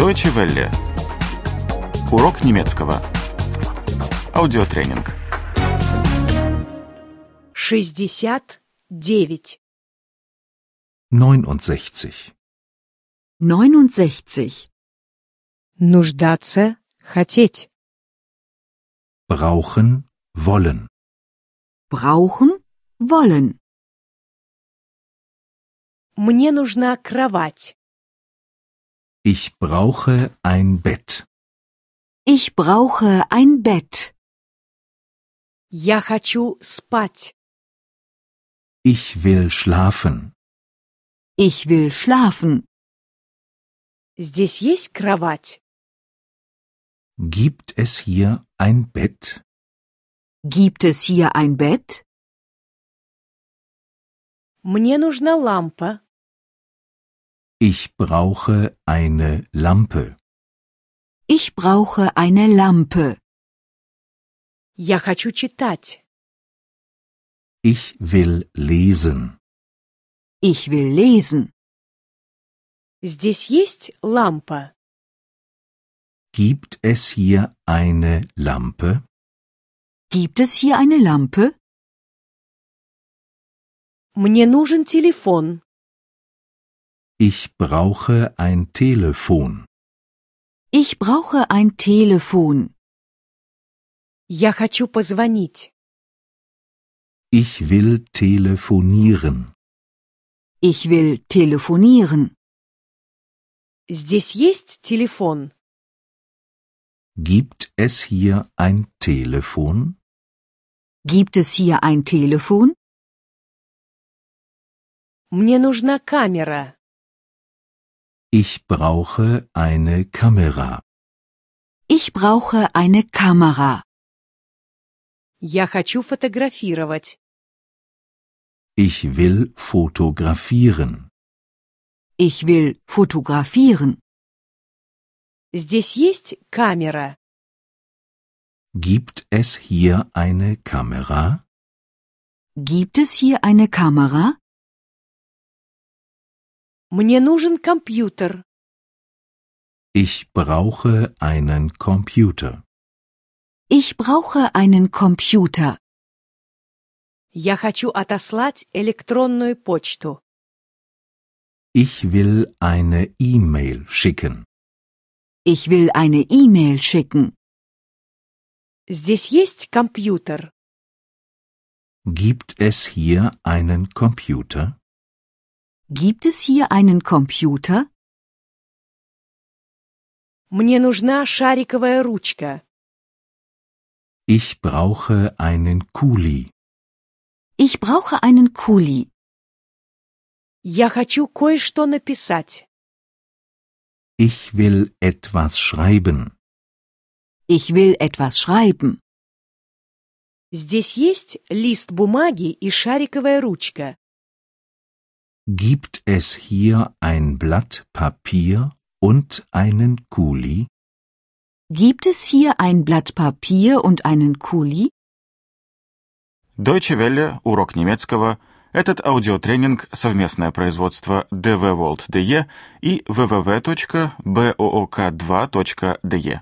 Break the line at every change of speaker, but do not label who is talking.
Deutsche Welle. Урок немецкого. Аудиотренинг.
69.
69.
69.
Нуждаться, хотеть.
Brauchen, wollen.
Brauchen, wollen.
Мне нужна кровать.
Ich brauche ein Bett.
Ich brauche ein Bett.
Я хочу спать.
Ich will schlafen.
Ich will schlafen.
Здесь есть кровать?
Gibt es hier ein Bett?
Gibt es hier ein Bett?
Мне нужна лампа.
Ich brauche eine Lampe.
Ich brauche eine Lampe.
Я хочу читать.
Ich will lesen.
Ich will lesen.
Здесь есть лампа?
Gibt es hier eine Lampe?
Gibt es hier eine Lampe?
Мне нужен телефон.
Ich brauche ein Telefon.
Ich brauche ein Telefon.
Я хочу позвонить.
Ich will telefonieren.
Ich will telefonieren.
Здесь есть телефон?
Gibt es hier ein Telefon?
Gibt es hier ein Telefon?
Мне нужна камера.
Ich brauche eine Kamera.
Ich brauche eine Kamera.
Я хочу фотографировать.
Ich will fotografieren.
Ich will fotografieren.
Здесь есть камера.
Gibt es hier eine Kamera?
Gibt es hier eine Kamera?
Мне нужен компьютер.
Ich brauche einen Computer.
Ich brauche einen Computer.
Я хочу отослать электронную почту.
Ich will eine E-Mail schicken.
Ich will eine E-Mail schicken.
Здесь есть компьютер.
Gibt es hier einen Computer?
Gibt es hier einen Computer?
Мне нужна шариковая ручка.
Ich brauche einen Kuli.
Ich brauche einen Kuli.
Я хочу кое-что написать.
Ich will etwas schreiben.
Ich will etwas schreiben.
Здесь есть лист бумаги и шариковая ручка.
Gibt es hier ein Blatt Papier und einen Kuli?
Gibt es hier ein Blatt Papier und einen Kuli?
Deutsche Welle. Урок немецкого. Этот аудиотренинг – совместное производство DW World DE и www.book2.de.